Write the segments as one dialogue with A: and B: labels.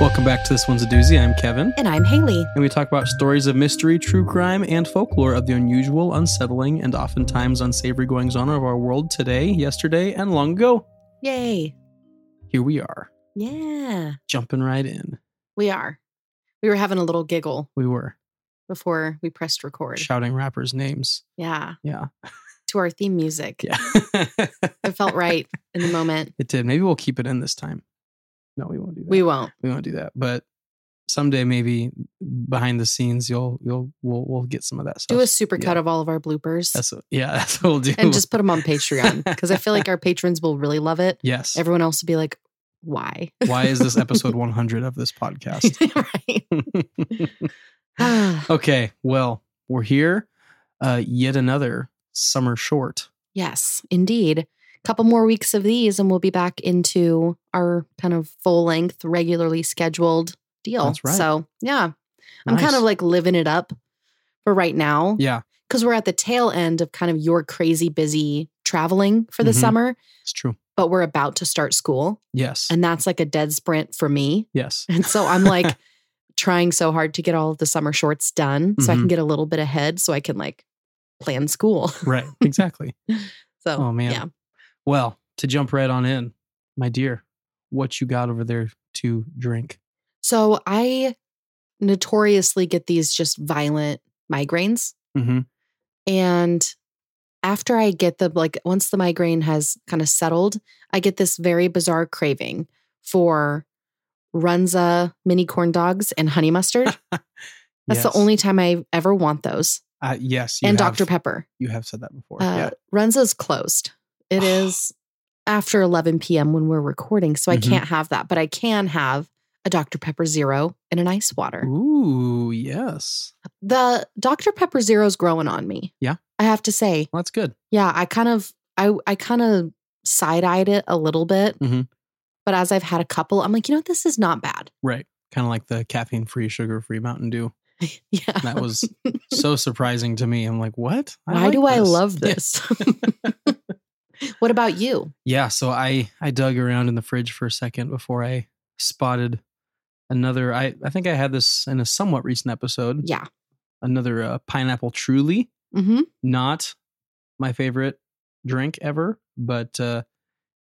A: Welcome back to This One's a Doozy. I'm Kevin,
B: And I'm Haley.
A: and we talk about stories of mystery, true crime, and folklore of the unusual, unsettling, and oftentimes unsavory goings on of our world today, yesterday, and long ago.
B: Yay.
A: Here we are,
B: Yeah,
A: jumping right in.
B: we are. We were having a little giggle
A: We were
B: before we pressed record.
A: shouting rappers' names.
B: Yeah,
A: Yeah.
B: to our theme music.
A: Yeah.
B: It felt right in the moment.
A: it did. Maybe we'll keep it in this time. No, we won't do that.
B: We won't.
A: we won't do that. But someday, maybe behind the scenes, you'll you'll we'll we'll get some of that stuff.
B: Do a supercut
A: yeah.
B: of all of our bloopers
A: That's what, yeah, that's what we'll do.
B: and just put them on Patreon because I feel like our patrons will really love it.
A: yes.
B: Everyone else will be like, why?
A: Why is this episode 100 of this podcast?
B: right. Ah,
A: okay, well, we're here. Uh, yet another summer short.
B: yes, indeed. Couple more weeks of these, and we'll be back into our kind of full length, regularly scheduled deal.
A: That's right.
B: So, yeah, I'm kind
A: Nice.
B: of like living it up for right now
A: yeah,
B: because we're at the tail end of kind of your crazy busy traveling for the
A: Mhm.
B: summer,
A: it's true.
B: but we're about to start school.
A: Yes,
B: And that's like a dead sprint for me.
A: yes,
B: And so I'm like trying so hard to get all of the summer shorts done so I can
A: Mhm.
B: get a little bit ahead so I can like plan school.
A: right, exactly.
B: So,
A: Oh, man.
B: yeah.
A: Well, to jump right on in, my dear, what you got over there to drink?
B: So I notoriously get these just violent migraines.
A: Mm-hmm.
B: And after I get the, like, once the migraine has kind of settled, I get this very bizarre craving for Runza mini corn dogs and honey mustard. That's the only time I ever want those.
A: Uh, yes, you
B: and
A: have-
B: Dr. Pepper.
A: You have said that before.
B: Uh, Runza's closed. It is after 11 p.m. when we're recording, so I
A: Mhm.
B: can't have that, but I can have a Dr. Pepper Zero and an ice water.
A: yeah. Ooh, yes,
B: The Dr. Pepper Zero's growing on me.
A: Yeah.
B: I have to say,
A: well, that's good.
B: yeah, I kind of, I, I kind of side-eyed it a little bit,
A: Mhm.
B: but as I've had a couple, I'm like, you know, this is not bad.
A: Right, kind of like the caffeine-free, sugar-free Mountain Dew.
B: Yeah.
A: That was so surprising to me. I'm like, what?
B: Why
A: like
B: do I love
A: Yeah.
B: this? what about you?
A: Yeah, so I I dug around in the fridge for a second before I spotted another. I I think I had this in a somewhat recent episode.
B: Yeah.
A: Another uh, pineapple truly,
B: Mm-hmm.
A: not my favorite drink ever, but uh,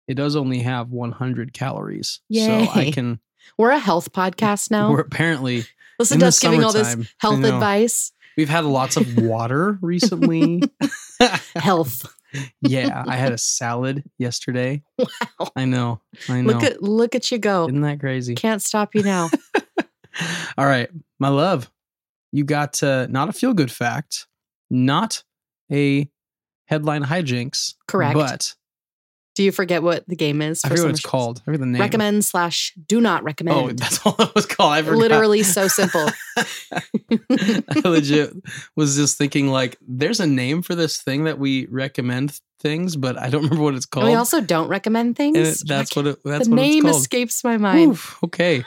A: it does only have 100 calories. So I
B: Yay.
A: can.
B: We're a health podcast now.
A: We're apparently
B: Listen
A: in
B: to
A: the
B: us giving all this
A: summertime, I
B: health
A: know.
B: advice.
A: We've had lots of water recently.
B: Health.
A: yeah, I had a salad yesterday.
B: Wow.
A: I know. I know.
B: Look at look at you go.
A: Isn't that crazy?
B: Can't stop you now.
A: All right, my love, you got uh, not a feel good fact, not a headline hijinks.
B: Correct.
A: But
B: Do you forget what the game is?
A: I forget what
B: summer
A: it's
B: shows?
A: called. I forget the name.
B: Recommend slash do not
A: Oh,
B: recommend.
A: that's all it was called. I forgot.
B: Literally so simple.
A: I legit was just thinking like, there's a name for this thing that we recommend things, but I don't remember what it's
B: And
A: called.
B: we also don't recommend things.
A: and it- that's
B: Like,
A: what it, that's
B: the
A: what
B: name
A: it's called.
B: escapes my mind.
A: Oof, okay.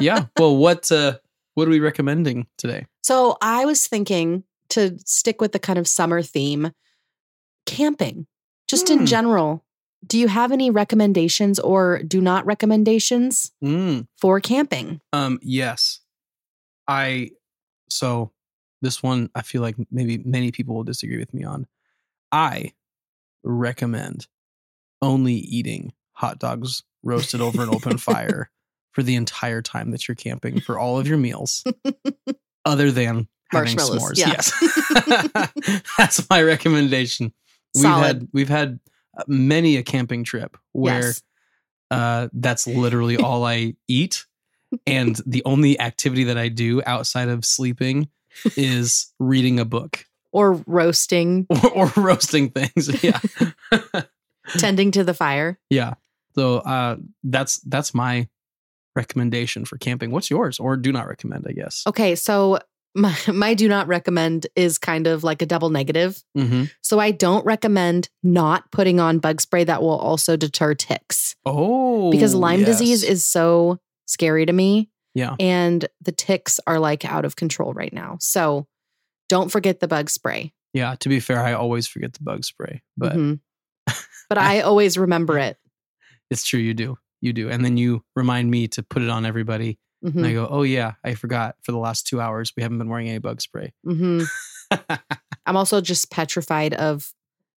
A: yeah. Well, what uh, what are we recommending today?
B: So I was thinking to stick with the kind of summer theme, camping, just
A: Hmm.
B: in general. Do you have any recommendations or do not recommendations
A: Mm.
B: for camping?
A: Um, yes. I so this one I feel like maybe many people will disagree with me on. I recommend only eating hot dogs roasted over an open fire for the entire time that you're camping for all of your meals other than having
B: Marshmallows,
A: s'mores.
B: yeah.
A: Yes. That's my recommendation. We've
B: Solid.
A: had we've had many a camping trip where
B: yes.
A: uh, that's literally all I eat. And the only activity that I do outside of sleeping is reading a book
B: Or roasting,
A: or, or roasting things. Yeah.
B: tending to the fire.
A: yeah. So uh, that's that's my recommendation for camping. What's yours? Or do not recommend, I guess.
B: Okay, so my, my do not recommend is kind of like a double negative.
A: Mm-hmm.
B: So I don't recommend not putting on bug spray that will also deter ticks
A: Oh.
B: because Lyme disease
A: yes.
B: is so scary to me.
A: Yeah.
B: And the ticks are like out of control right now. So don't forget the bug spray.
A: Yeah, to be fair, I always forget the bug spray, but
B: Mhm. but I always remember it.
A: it's true you do. You do. And then you remind me to put it on everybody
B: Mhm.
A: And I go, oh yeah, I forgot. For the last two hours, we haven't been wearing any bug spray.
B: hmm I'm also just petrified of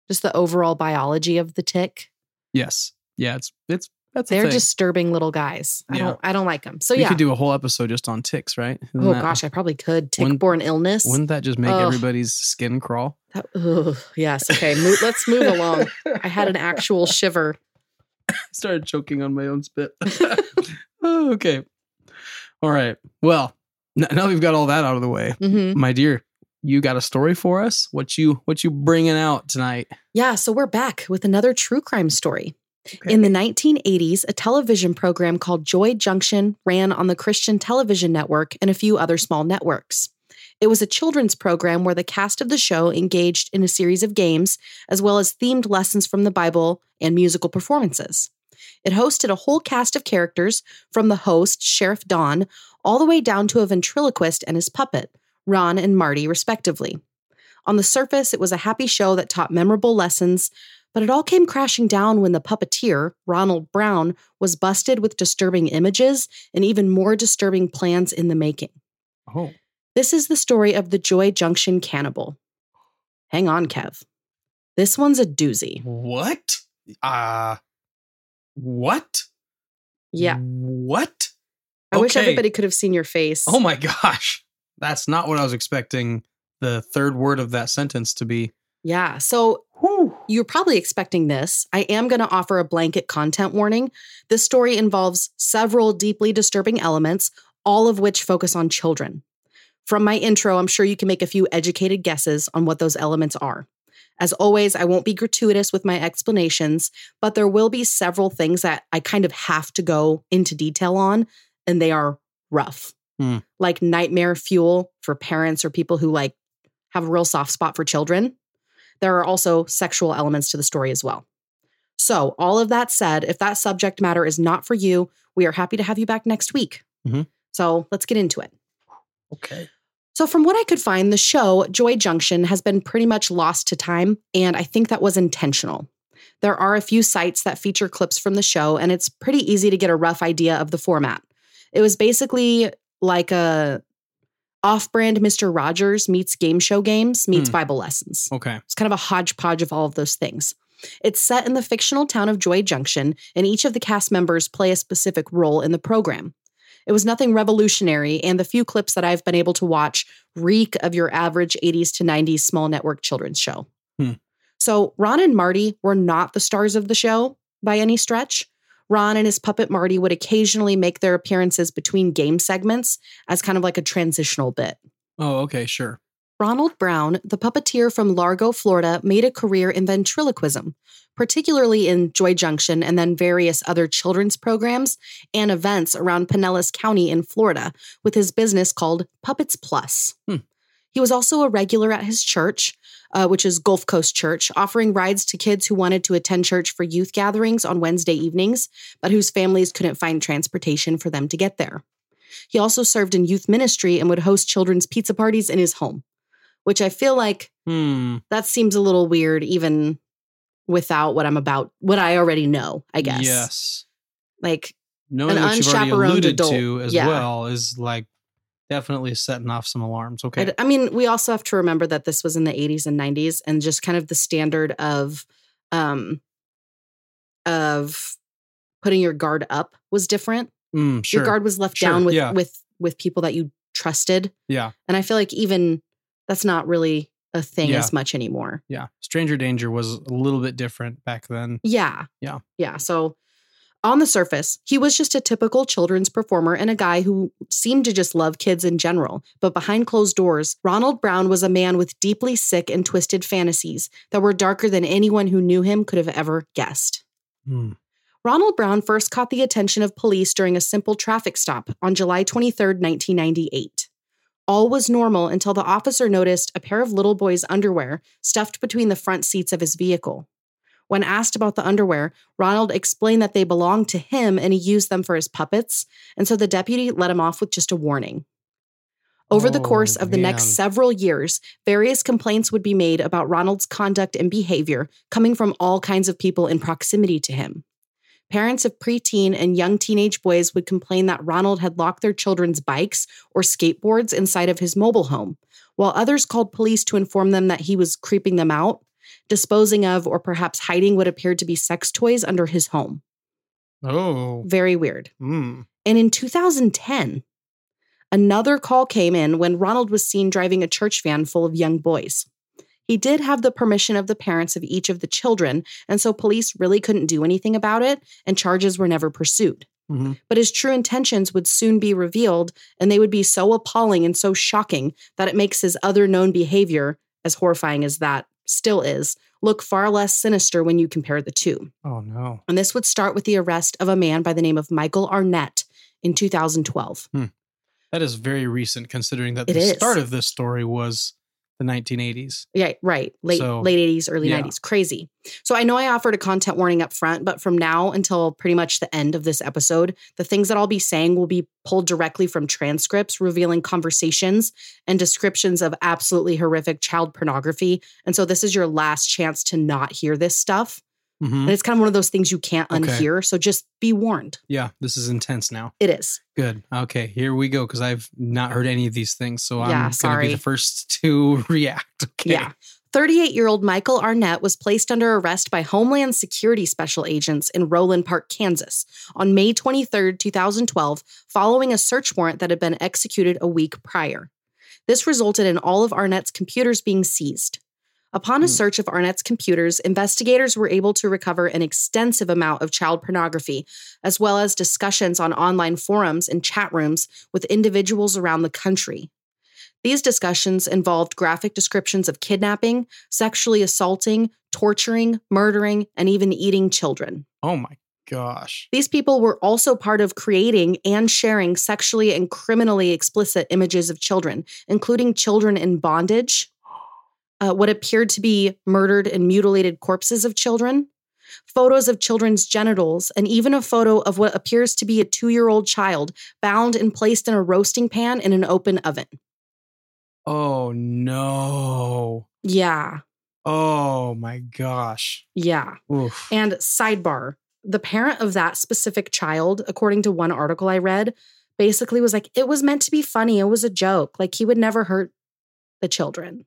B: just the overall biology of the tick.
A: yes, yeah, it's it's that's a
B: They're
A: thing.
B: disturbing little guys. I
A: Yeah.
B: don't I don't like them. So
A: we
B: yeah.
A: could do a whole episode just on ticks, right? Isn't
B: oh
A: that-
B: gosh, I probably could.
A: Wouldn't-
B: Tick borne illness.
A: wouldn't that just make
B: Ugh.
A: everybody's skin crawl?
B: That- ugh, yes. Okay. Mo- let's move along. I had an actual shiver.
A: started choking on my own spit. oh, okay, all right. Well, n- now we've got all that out of the way,
B: hmm
A: my dear. You got a story for us? What you what you bringing out tonight?
B: Yeah. So we're back with another true crime story. In the 1980s, a television program called Joy Junction ran on the Christian Television Network and a few other small networks. It was a children's program where the cast of the show engaged in a series of games, as well as themed lessons from the Bible and musical performances. It hosted a whole cast of characters, from the host, Sheriff Don, all the way down to a ventriloquist and his puppet, Ron and Marty, respectively. On the surface, it was a happy show that taught memorable lessons but it all came crashing down when the puppeteer, Ronald Brown, was busted with disturbing images and even more disturbing plans in the making.
A: Oh,
B: This is the story of the Joy Junction cannibal. Hang on, Kev. This one's a doozy.
A: what? Uh what?
B: Yeah.
A: What?
B: I wish
A: Okay.
B: everybody could have seen your face.
A: Oh my gosh. That's not what I was expecting the third word of that sentence to be.
B: Yeah. So
A: Whew.
B: you're probably expecting this. I am going to offer a blanket content warning. This story involves several deeply disturbing elements, all of which focus on children. From my intro, I'm sure you can make a few educated guesses on what those elements are. As always, I won't be gratuitous with my explanations, but there will be several things that I kind of have to go into detail on, and they are rough.
A: Hmm.
B: Like nightmare fuel for parents or people who like have a real soft spot for children there are also sexual elements to the story as well. So, all of that said, if that subject matter is not for you, we are happy to have you back next week.
A: Mhm.
B: So, let's get into it.
A: Okay.
B: So, from what I could find, the show Joy Junction has been pretty much lost to time, and I think that was intentional. There are a few sites that feature clips from the show, and it's pretty easy to get a rough idea of the format. It was basically like a off-brand Mr. Rogers meets game show games meets
A: Hmm.
B: Bible lessons.
A: Okay.
B: It's kind of a hodgepodge of all of those things. It's set in the fictional town of Joy Junction, and each of the cast members play a specific role in the program. It was nothing revolutionary, and the few clips that I've been able to watch reek of your average 80s to 90s small network children's show.
A: Hmm.
B: So, Ron and Marty were not the stars of the show by any stretch. Ron and his puppet Marty would occasionally make their appearances between game segments as kind of like a transitional bit.
A: Oh, okay, sure.
B: Ronald Brown, the puppeteer from Largo, Florida, made a career in ventriloquism, particularly in Joy Junction and then various other children's programs and events around Pinellas County in Florida with his business called Puppets Plus.
A: Hmm.
B: He was also a regular at his church, uh, which is Gulf Coast Church, offering rides to kids who wanted to attend church for youth gatherings on Wednesday evenings, but whose families couldn't find transportation for them to get there. He also served in youth ministry and would host children's pizza parties in his home which I feel like
A: Hmm.
B: that seems a little weird, even without what I'm about, what I already know, I guess.
A: Yes.
B: Like,
A: Knowing
B: An
A: what you've already
B: unchaperoned
A: alluded
B: adult.
A: to as
B: Yeah.
A: well is like definitely setting off some alarms.
B: I
A: Okay.
B: d- I, mean, we also have to remember that this was in the 80s and 90s and just kind of the standard of, um, of putting your guard up was different.
A: Mm, sure.
B: Your guard was left
A: Sure,
B: down with,
A: yeah.
B: with, with people that you trusted.
A: Yeah.
B: And I feel like even that's not really a thing
A: Yeah.
B: as much anymore.
A: Yeah. Stranger Danger was a little bit different back then.
B: Yeah.
A: Yeah.
B: Yeah. So on the surface, he was just a typical children's performer and a guy who seemed to just love kids in general. But behind closed doors, Ronald Brown was a man with deeply sick and twisted fantasies that were darker than anyone who knew him could have ever guessed.
A: Hmm.
B: Ronald Brown first caught the attention of police during a simple traffic stop on July 23, 1998. All was normal until the officer noticed a pair of little boys' underwear stuffed between the front seats of his vehicle. When asked about the underwear, Ronald explained that they belonged to him and he used them for his puppets, and so the deputy let him off with just a warning. Over the
A: Oh,
B: course of the next
A: man.
B: several years, various complaints would be made about Ronald's conduct and behavior coming from all kinds of people in proximity to him. Parents of preteen and young teenage boys would complain that Ronald had locked their children's bikes or skateboards inside of his mobile home, while others called police to inform them that he was creeping them out, disposing of, or perhaps hiding what appeared to be sex toys under his home.
A: Oh.
B: Very weird.
A: Mm.
B: And in 2010, another call came in when Ronald was seen driving a church van full of young boys. He did have the permission of the parents of each of the children, and so police really couldn't do anything about it, and charges were never pursued.
A: Mhm.
B: But his true intentions would soon be revealed, and they would be so appalling and so shocking that it makes his other known behavior, as horrifying as that still is, look far less sinister when you compare the two.
A: Oh no.
B: And this would start with the arrest of a man by the name of Michael Arnett in 2012.
A: That is very recent considering that
B: It
A: the
B: is.
A: start of this story was the 1980s.
B: Yeah, right. Late
A: So-
B: late 80s, early
A: Yeah.
B: 90s. Crazy. So I know I offered a content warning up front, but from now until pretty much the end of this episode, the things that I'll be saying will be pulled directly from transcripts revealing conversations and descriptions of absolutely horrific child pornography. And so this is your last chance to not hear this stuff.
A: Mhm.
B: And it's kind of one of those things you can't
A: Okay.
B: unhear, so just be warned.
A: Yeah, this is intense now.
B: It is.
A: Good. Okay, here we go because I've not heard any of these things, so
B: Yeah,
A: I'm going to
B: sorry.
A: be the first to react. Okay.
B: Yeah. 38 year old Michael Arnett was placed under arrest by Homeland Security special agents in Roland Park, Kansas, on May 23, 2012, following a search warrant that had been executed a week prior. This resulted in all of Arnett's computers being seized. Upon a
A: Hmm.
B: search of Arnett's computers, investigators were able to recover an extensive amount of child pornography, as well as discussions on online forums and chat rooms with individuals around the country. These discussions involved graphic descriptions of kidnapping, sexually assaulting, torturing, murdering, and even eating children.
A: Oh my gosh.
B: These people were also part of creating and sharing sexually and criminally explicit images of children, including children in bondage, uh, what appeared to be murdered and mutilated corpses of children, photos of children's genitals, and even a photo of what appears to be a two year old child bound and placed in a roasting pan in an open oven.
A: Oh no.
B: Yeah,
A: Oh my gosh.
B: yeah.
A: Oof.
B: And sidebar, the parent of that specific child, according to one article I read, basically was like, it was meant to be funny. It was a joke. Like he would never hurt the children.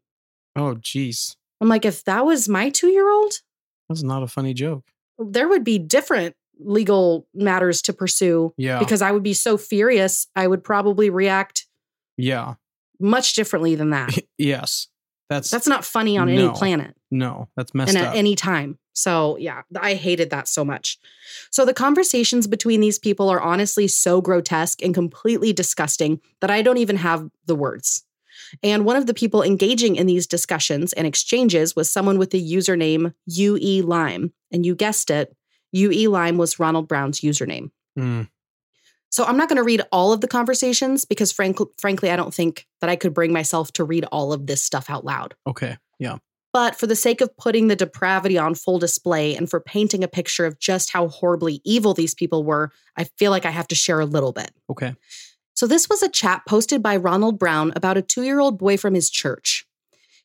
A: oh jeez.
B: I'm like, if that was my two year old,
A: That's not a funny joke.
B: there would be different legal matters to pursue
A: Yeah.
B: because I would be so furious. I would probably react
A: yeah.
B: much differently than that.
A: yes. That's,
B: That's not funny on any
A: No.
B: planet.
A: no. That's messed
B: and at
A: up.
B: any time. So, yeah, th- I hated that so much. So, the conversations between these people are honestly so grotesque and completely disgusting that I don't even have the words. And one of the people engaging in these discussions and exchanges was someone with the username UE Lime. And you guessed it, UE Lime was Ronald Brown's username.
A: Mm.
B: So I'm not going to read all of the conversations because frank- frankly I don't think that I could bring myself to read all of this stuff out loud.
A: Okay. Yeah.
B: But for the sake of putting the depravity on full display and for painting a picture of just how horribly evil these people were, I feel like I have to share a little bit.
A: Okay.
B: So, this was a chat posted by Ronald Brown about a two year old boy from his church.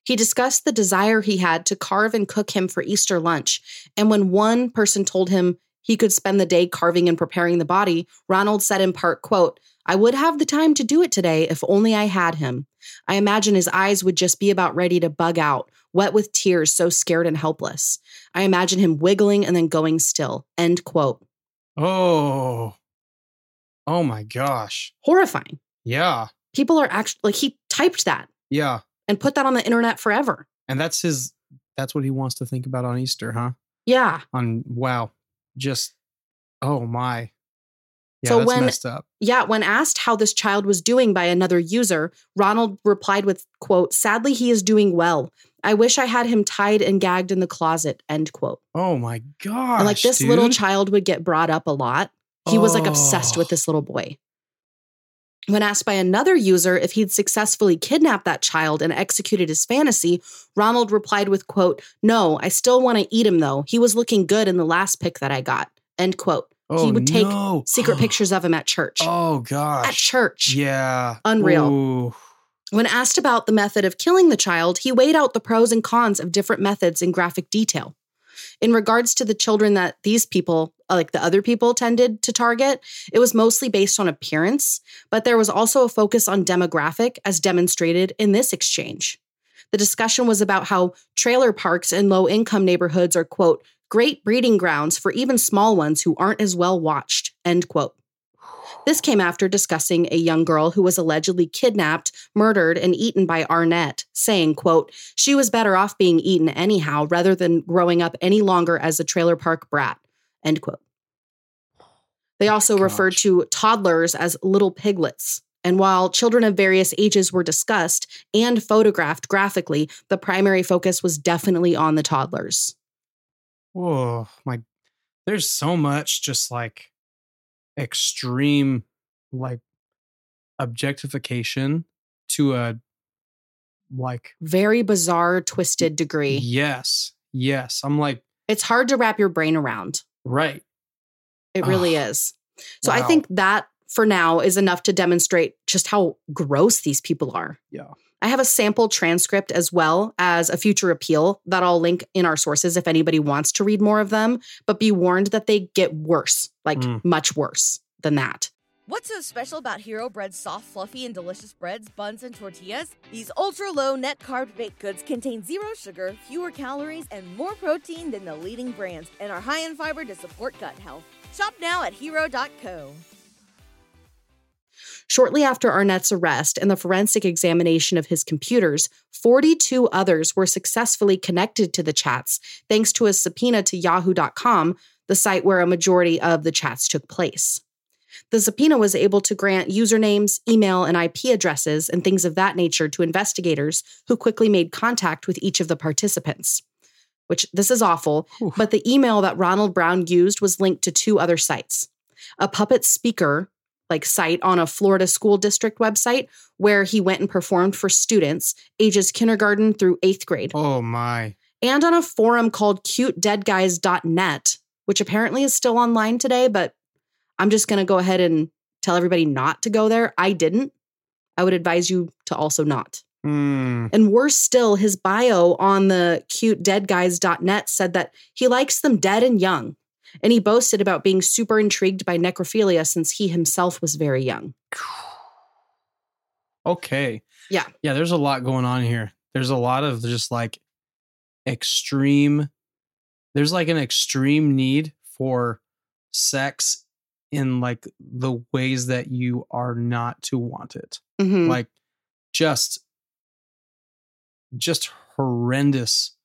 B: He discussed the desire he had to carve and cook him for Easter lunch. And when one person told him he could spend the day carving and preparing the body, Ronald said in part, quote, I would have the time to do it today if only I had him. I imagine his eyes would just be about ready to bug out, wet with tears, so scared and helpless. I imagine him wiggling and then going still. End quote.
A: Oh. Oh my gosh.
B: Horrifying.
A: Yeah.
B: People are actually like he typed that
A: Yeah.
B: and put that on the internet forever.
A: And that's his that's what he wants to think about on Easter, huh?
B: Yeah.
A: On wow. Just oh my. Yeah,
B: So
A: that's
B: when-
A: messed up.
B: Yeah, when asked how this child was doing by another user, Ronald replied with, quote, sadly he is doing well. I wish I had him tied and gagged in the closet, end quote.
A: Oh my god.
B: and like this little child would get brought up a lot. He was like obsessed with this little boy. When asked by another user if he'd successfully kidnapped that child and executed his fantasy, Ronald replied with, quote, No, I still want to eat him though. He was looking good in the last pic that I got. End quote. he would take Secret pictures of him at church.
A: Oh
B: at
A: gosh.
B: church.
A: Yeah.
B: Unreal.
A: Ooh.
B: When asked about the method of killing the child, he weighed out the pros and cons of different methods in graphic detail. In regards to the children that these people, uh, like the other people, tended to target, it was mostly based on appearance, but there was also a focus on demographic, as demonstrated in this exchange. The discussion was about how trailer parks in low income neighborhoods are, quote, great breeding grounds for even small ones who aren't as well watched, end quote. This came after discussing a young girl who was allegedly kidnapped, murdered, and eaten by Arnett, saying, quote, she was better off being eaten anyhow rather than growing up any longer as a trailer park brat, end quote. They also
A: gosh.
B: referred to toddlers as little piglets. And while children of various ages were discussed and photographed graphically, the primary focus was definitely on the toddlers.
A: Whoa, my there's so much just like extreme like objectification to a like
B: Very bizarre, twisted degree.
A: yes, yes. I'm like,
B: It's hard to wrap your brain around.
A: right.
B: It really is. So I think that for now is enough to demonstrate just how gross these people are.
A: Yeah.
B: I have a sample transcript as well as a future appeal that I'll link in our sources if anybody wants to read more of them, but be warned that they get worse, like
A: Mm.
B: much worse than that.
C: What's so special about Hero Bread's soft, fluffy, and delicious breads, buns, and tortillas? These ultra low net carb baked goods contain zero sugar, fewer calories, and more protein than the leading brands, and are high in fiber to support gut health. Shop now at hero.co.
B: Shortly after Arnett's arrest and the forensic examination of his computers, 42 others were successfully connected to the chats thanks to a subpoena to yahoo.com, the site where a majority of the chats took place. The subpoena was able to grant usernames, email, and IP addresses and things of that nature to investigators who quickly made contact with each of the participants. Which this is awful,
A: Oof.
B: but the email that Ronald Brown used was linked to two other sites a puppet speaker like site on a Florida school district website where he went and performed for students ages kindergarten through 8th grade
A: Oh my.
B: and on a forum called cutedeadguys.net which apparently is still online today but I'm just going to go ahead and tell everybody not to go there I didn't I would advise you to also not
A: Mm.
B: and worse still his bio on the cutedeadguys.net said that he likes them dead and young and he boasted about being super intrigued by necrophilia since he himself was very young
A: Okay.
B: Yeah.
A: Yeah, there's a lot going on here. There's a lot of just like extreme there's like an extreme need for sex in like the ways that you are not to want it.
B: Mhm.
A: like just just horrendous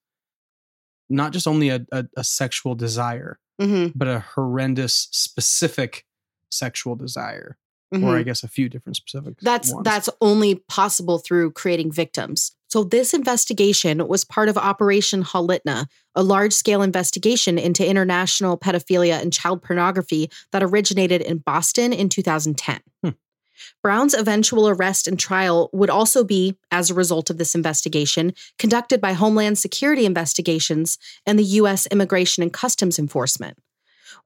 A: not just only a, a, a sexual desire
B: hmm
A: but a horrendous specific sexual desire or i guess a few different specific
B: Mm-hmm. That's
A: ones.
B: that's only possible through creating victims. So this investigation was part of Operation Halitna, a large-scale investigation into international pedophilia and child pornography that originated in Boston in 2010.
A: Hmm.
B: Brown's eventual arrest and trial would also be, as a result of this investigation, conducted by Homeland Security Investigations and the U.S. Immigration and Customs Enforcement.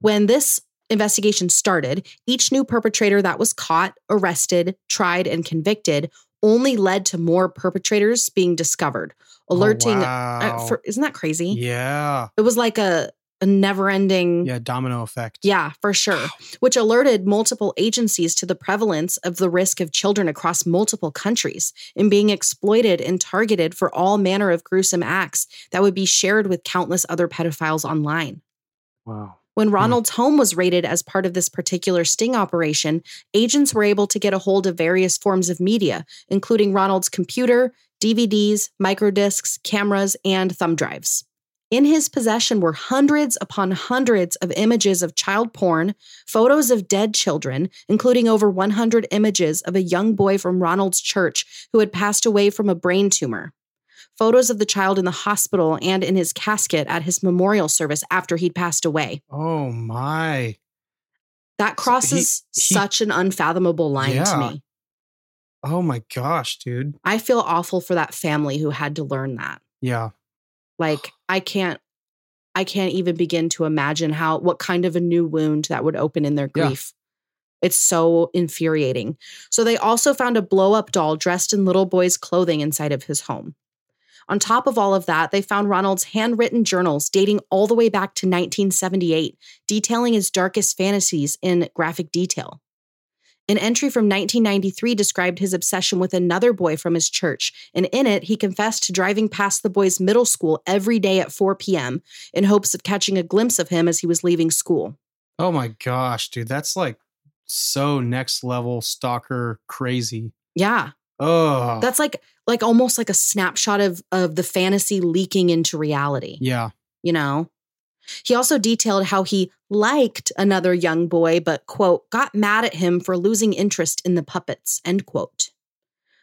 B: When this investigation started, each new perpetrator that was caught, arrested, tried, and convicted only led to more perpetrators being discovered,
A: Oh,
B: alerting.
A: wow.
B: uh, for, isn't that crazy?
A: yeah
B: It was like a, a never ending.
A: yeah domino effect
B: Mm-hmm. Yeah, for sure. Which alerted multiple agencies to the prevalence of the risk of children across multiple countries in being exploited and targeted for all manner of gruesome acts that would be shared with countless other pedophiles online.
A: wow
B: When Ronald's home was raided as part of this particular sting operation, agents were able to get a hold of various forms of media, including Ronald's computer, DVDs, microdiscs, cameras, and thumb drives. In his possession were hundreds upon hundreds of images of child porn, photos of dead children, including over 100 images of a young boy from Ronald's church who had passed away from a brain tumor, photos of the child in the hospital and in his casket at his memorial service after he'd passed away.
A: Oh my.
B: That crosses
A: he-
B: such an unfathomable line to
A: Yeah.
B: me.
A: Oh my gosh, dude.
B: I feel awful for that family who had to learn that.
A: Yeah.
B: Like I can't I can't even begin to imagine how what kind of a new wound that would open in their
A: Yeah.
B: grief. It's so infuriating. So they also found a blow-up doll dressed in little boy's clothing inside of his home. On top of all of that, they found Ronald's handwritten journals dating all the way back to 1978, detailing his darkest fantasies in graphic detail. An entry from 1993 described his obsession with another boy from his church, and in it, he confessed to driving past the boy's middle school every day at 4 p.m. in hopes of catching a glimpse of him as he was leaving school.
A: Oh my gosh, dude. That's like so next level stalker crazy.
B: Yeah,
A: Oh.
B: that's like like almost like a snapshot of of the fantasy leaking into reality.
A: yeah.
B: you know? He also detailed how he liked another young boy, but, quote, got mad at him for losing interest in the puppets, end quote.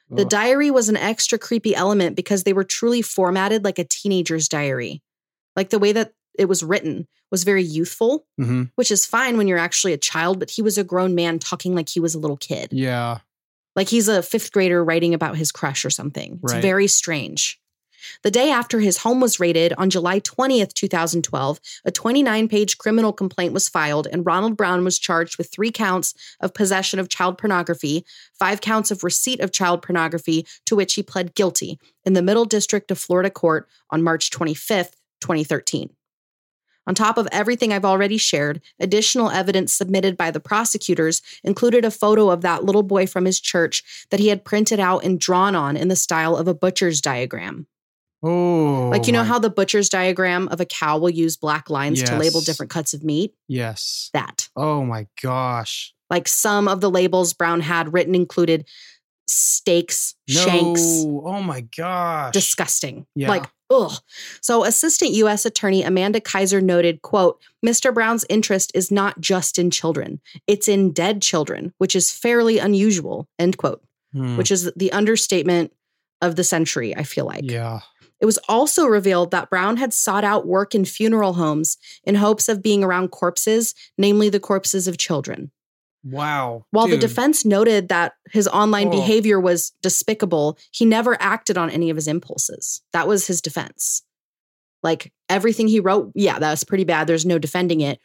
B: The
A: Ugh.
B: diary was an extra creepy element because they were truly formatted like a teenager's diary. Like the way that it was written was very youthful,
A: Mhm.
B: which is fine when you're actually a child, but he was a grown man talking like he was a little kid.
A: Yeah.
B: Like he's a fifth grader writing about his crush or something. It's
A: Right.
B: very strange. The day after his home was raided on July 20th, 2012, a 29 page criminal complaint was filed, and Ronald Brown was charged with three counts of possession of child pornography, five counts of receipt of child pornography, to which he pled guilty in the Middle District of Florida court on March 25th, 2013. On top of everything I've already shared, additional evidence submitted by the prosecutors included a photo of that little boy from his church that he had printed out and drawn on in the style of a butcher's diagram.
A: Oh.
B: like, you know
A: my-
B: how the butcher's diagram of a cow will use black lines to label
A: Yes.
B: different cuts of meat?
A: Yes.
B: That.
A: Oh my gosh.
B: Like, some of the labels Brown had written included steaks, shanks,
A: No. Oh my gosh.
B: disgusting.
A: Yeah.
B: Like, ugh. So assistant US attorney Amanda Kaiser noted, quote, Mr. Brown's interest is not just in children. It's in dead children, which is fairly unusual, end quote,
A: Hmm.
B: which is the understatement of the century, I feel like.
A: yeah.
B: It was also revealed that Brown had sought out work in funeral homes in hopes of being around corpses, namely the corpses of children.
A: Wow.
B: While the
A: dude.
B: defense noted that his online
A: Oh.
B: behavior was despicable, he never acted on any of his impulses. That was his defense. Like everything he wrote, yeah, that was pretty bad. There's no defending it,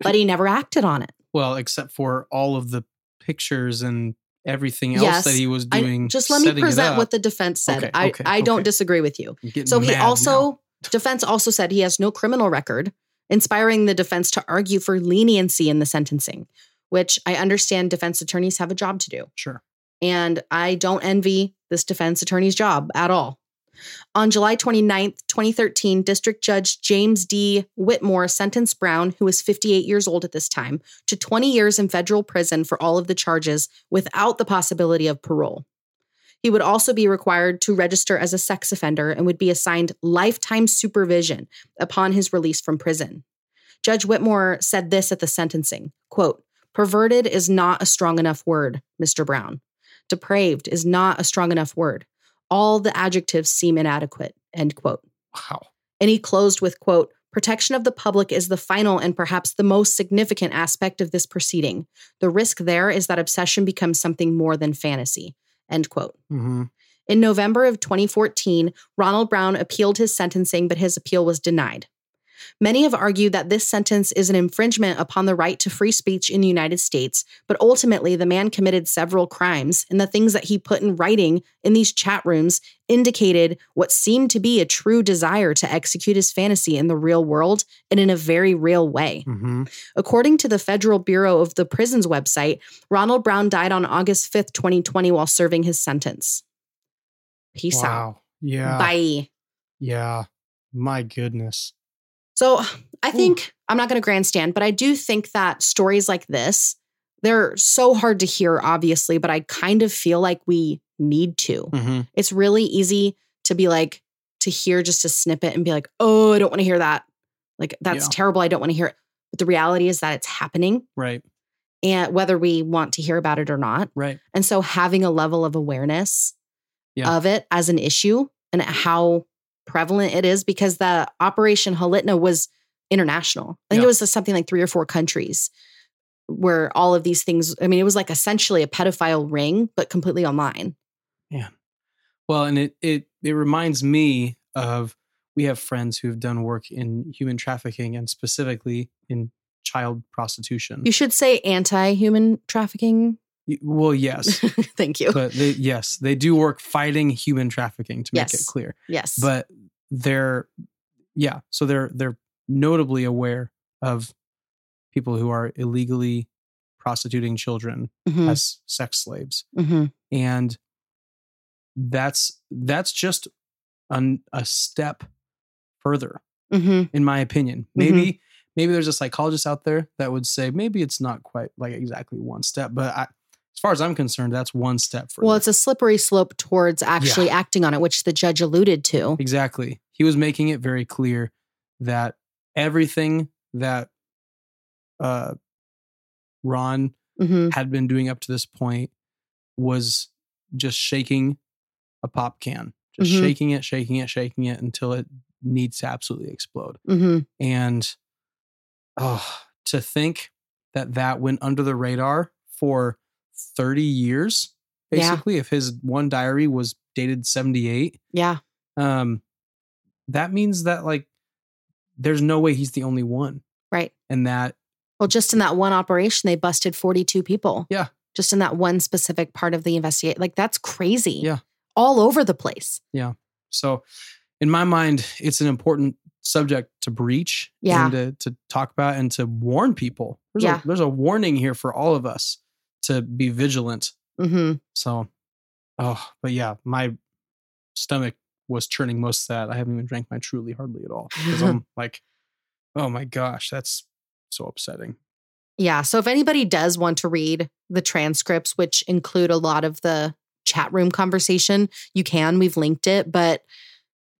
B: but he never acted on it.
A: Well, except for all of the pictures and everything else
B: Yes,
A: that he was
B: I-
A: doing.
B: just let me
A: setting it
B: present
A: up.
B: what the defense said.
A: Okay,
B: I,
A: okay,
B: I don't
A: okay.
B: disagree with you.
A: I'm getting
B: So he
A: mad
B: also,
A: now.
B: defense also said he has no criminal record, inspiring the defense to argue for leniency in the sentencing, which I understand defense attorneys have a job to do.
A: Sure.
B: and I don't envy this defense attorney's job at all. On July 29th, 2013, District Judge James D. Whitmore sentenced Brown, who was 58 years old at this time, to 20 years in federal prison for all of the charges without the possibility of parole. He would also be required to register as a sex offender and would be assigned lifetime supervision upon his release from prison. Judge Whitmore said this at the sentencing quote, Perverted is not a strong enough word, Mr. Brown. Depraved is not a strong enough word. All the adjectives seem inadequate, end quote.
A: Wow.
B: And he closed with, quote, Protection of the public is the final and perhaps the most significant aspect of this proceeding. The risk there is that obsession becomes something more than fantasy, end quote.
A: hmm
B: In November of 2014, Ronald Brown appealed his sentencing, but his appeal was denied. Many have argued that this sentence is an infringement upon the right to free speech in the United States, but ultimately, the man committed several crimes, and the things that he put in writing in these chat rooms indicated what seemed to be a true desire to execute his fantasy in the real world and in a very real way.
A: hmm
B: According to the Federal Bureau of the Prisons website, Ronald Brown died on August 5th, 2020, while serving his sentence. Peace out.
A: Wow. Yeah.
B: Bye.
A: Yeah. My goodness.
B: So I think I'm not going to grandstand, but I do think that stories like this They're so hard to hear, obviously, but I kind of feel like we need to.
A: Mhm.
B: It's really easy to be like, to hear just a snippet and be like, oh, I don't want to hear that. Like, that's
A: Yeah.
B: terrible. I don't want to hear it. But the reality is that it's happening
A: Right.
B: and whether we want to hear about it or not.
A: Right.
B: And so having a level of awareness
A: Yeah.
B: of it as an issue and how prevalent it is, because the Operation Halitna was international. I think
A: Yeah.
B: it was something like three or four countries where all of these things, I mean, it was like essentially a pedophile ring, but completely online.
A: Well, and it it it reminds me of we have friends who have done work in human trafficking and specifically in child prostitution.
B: You should say anti human trafficking.
A: Y- Well, yes,
B: Thank you.
A: but they, yes, they do work fighting human trafficking to make it
B: Yes.
A: clear.
B: yes.
A: But they're yeah, so they're they're notably aware of people who are illegally prostituting children
B: Mhm,
A: as sex slaves.
B: mhm.
A: and that's that's just an, a step further
B: Mhm.
A: in my opinion maybe maybe there's a psychologist out there that would say maybe it's not quite like exactly one step but I, as far as i'm concerned that's one step further
B: Well, it's a slippery slope towards actually acting on it, which the judge alluded to.
A: exactly he was making it very clear that everything that uh ron
B: Mhm.
A: had been doing up to this point was just shaking a pop can, just
B: Mhm.
A: shaking it, shaking it, shaking it until it needs to absolutely explode.
B: Mhm.
A: And oh, to think that that went under the radar for 30 years,
B: Yeah.
A: basically, if his one diary was dated 78,
B: Yeah.
A: um, that means that like there's no way he's the only one.
B: Right.
A: And that,
B: Well, just in that one operation, they busted 42 people.
A: Yeah.
B: Just in that one specific part of the investigation. Like, that's crazy.
A: Yeah.
B: All over the place.
A: So, in my mind, it's an important subject to breach
B: Yeah.
A: and to, to talk about and to warn people. There's,
B: Yeah.
A: a, there's a warning here for all of us to be vigilant.
B: Mm-hmm.
A: So, oh, but yeah, my stomach was churning most of that. I haven't even drank my truly hardly at all because I'm like, oh my gosh, that's so upsetting.
B: Yeah. So, if anybody does want to read the transcripts, which include a lot of the chat room conversation, you can. We've linked it, but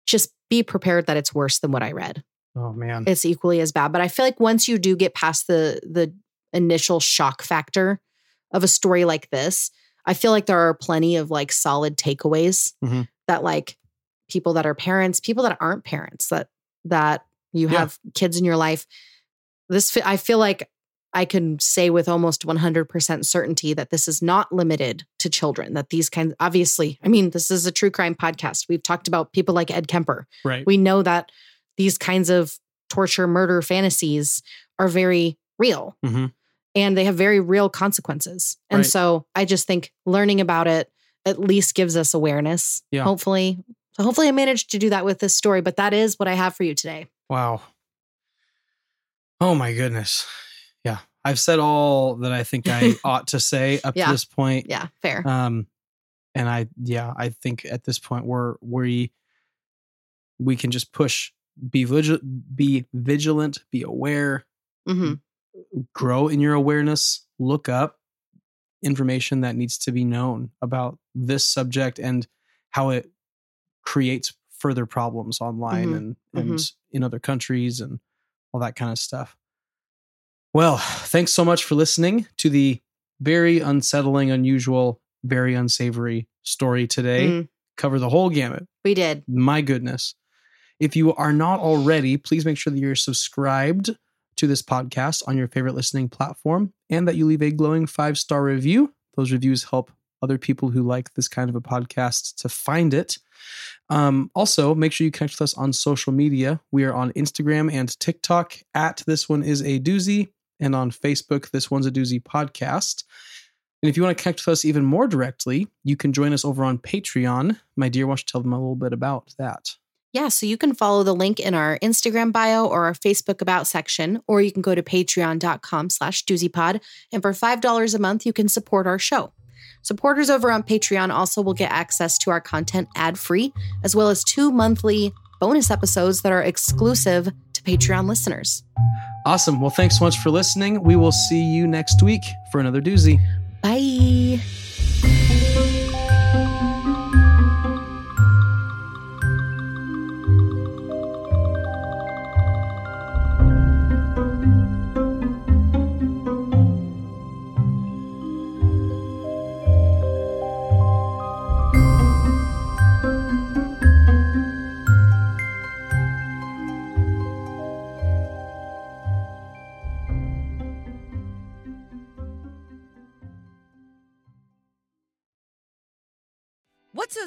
B: just be prepared that it's worse than what I read.
A: Oh man.
B: It's equally as bad. But I feel like once you do get past the the initial shock factor of a story like this, I feel like there are plenty of like solid takeaways
A: Mhm.
B: that like people that are parents, people that aren't parents, that that you
A: Yeah.
B: have kids in your life. This fe- I feel like I can say with almost 100% certainty that this is not limited to children. That these kinds obviously, I mean, this is a true crime podcast. We've talked about people like Ed Kemper.
A: right.
B: We know that these kinds of torture, murder fantasies are very real
A: Mhm.
B: and they have very real consequences. And
A: Right.
B: so I just think learning about it at least gives us awareness.
A: Yeah.
B: Hopefully. So hopefully I managed to do that with this story, but that is what I have for you today.
A: Wow. Oh my goodness. Yeah. I've said all that I think I ought to say up
B: Yeah.
A: to this point.
B: Yeah, fair.
A: Um and I yeah, I think at this point we're we we can just push be vigil- be vigilant, be aware,
B: Mhm.
A: grow in your awareness, look up information that needs to be known about this subject and how it creates further problems online
B: Mhm.
A: and, and in other countries and all that kind of stuff. Well, thanks so much for listening to the very unsettling, unusual, very unsavory story today.
B: Mm,
A: Cover the whole gamut
B: we did.
A: my goodness. If you are not already, please make sure that you're subscribed to this podcast on your favorite listening platform and that you leave a glowing five star review. Those reviews help other people who like this kind of a podcast to find it. Um, also, make sure you connect with us on social media. We are on Instagram and TikTok at This One Is a Doozy and on Facebook, This One's a Doozy Podcast. And if you want to connect with us even more directly, you can join us over on Patreon. My dear, why don't you tell them a little bit about that?
B: Yeah, so you can follow the link in our Instagram bio or our Facebook about section, or you can go to patreon.com slash doozypod. And for $5 a month, you can support our show. Supporters over on Patreon also will get access to our content ad-free, as well as two monthly bonus episodes that are exclusive to Patreon listeners.
A: Awesome. Well, thanks so much for listening. We will see you next week for another doozy.
B: Bye.
C: What's so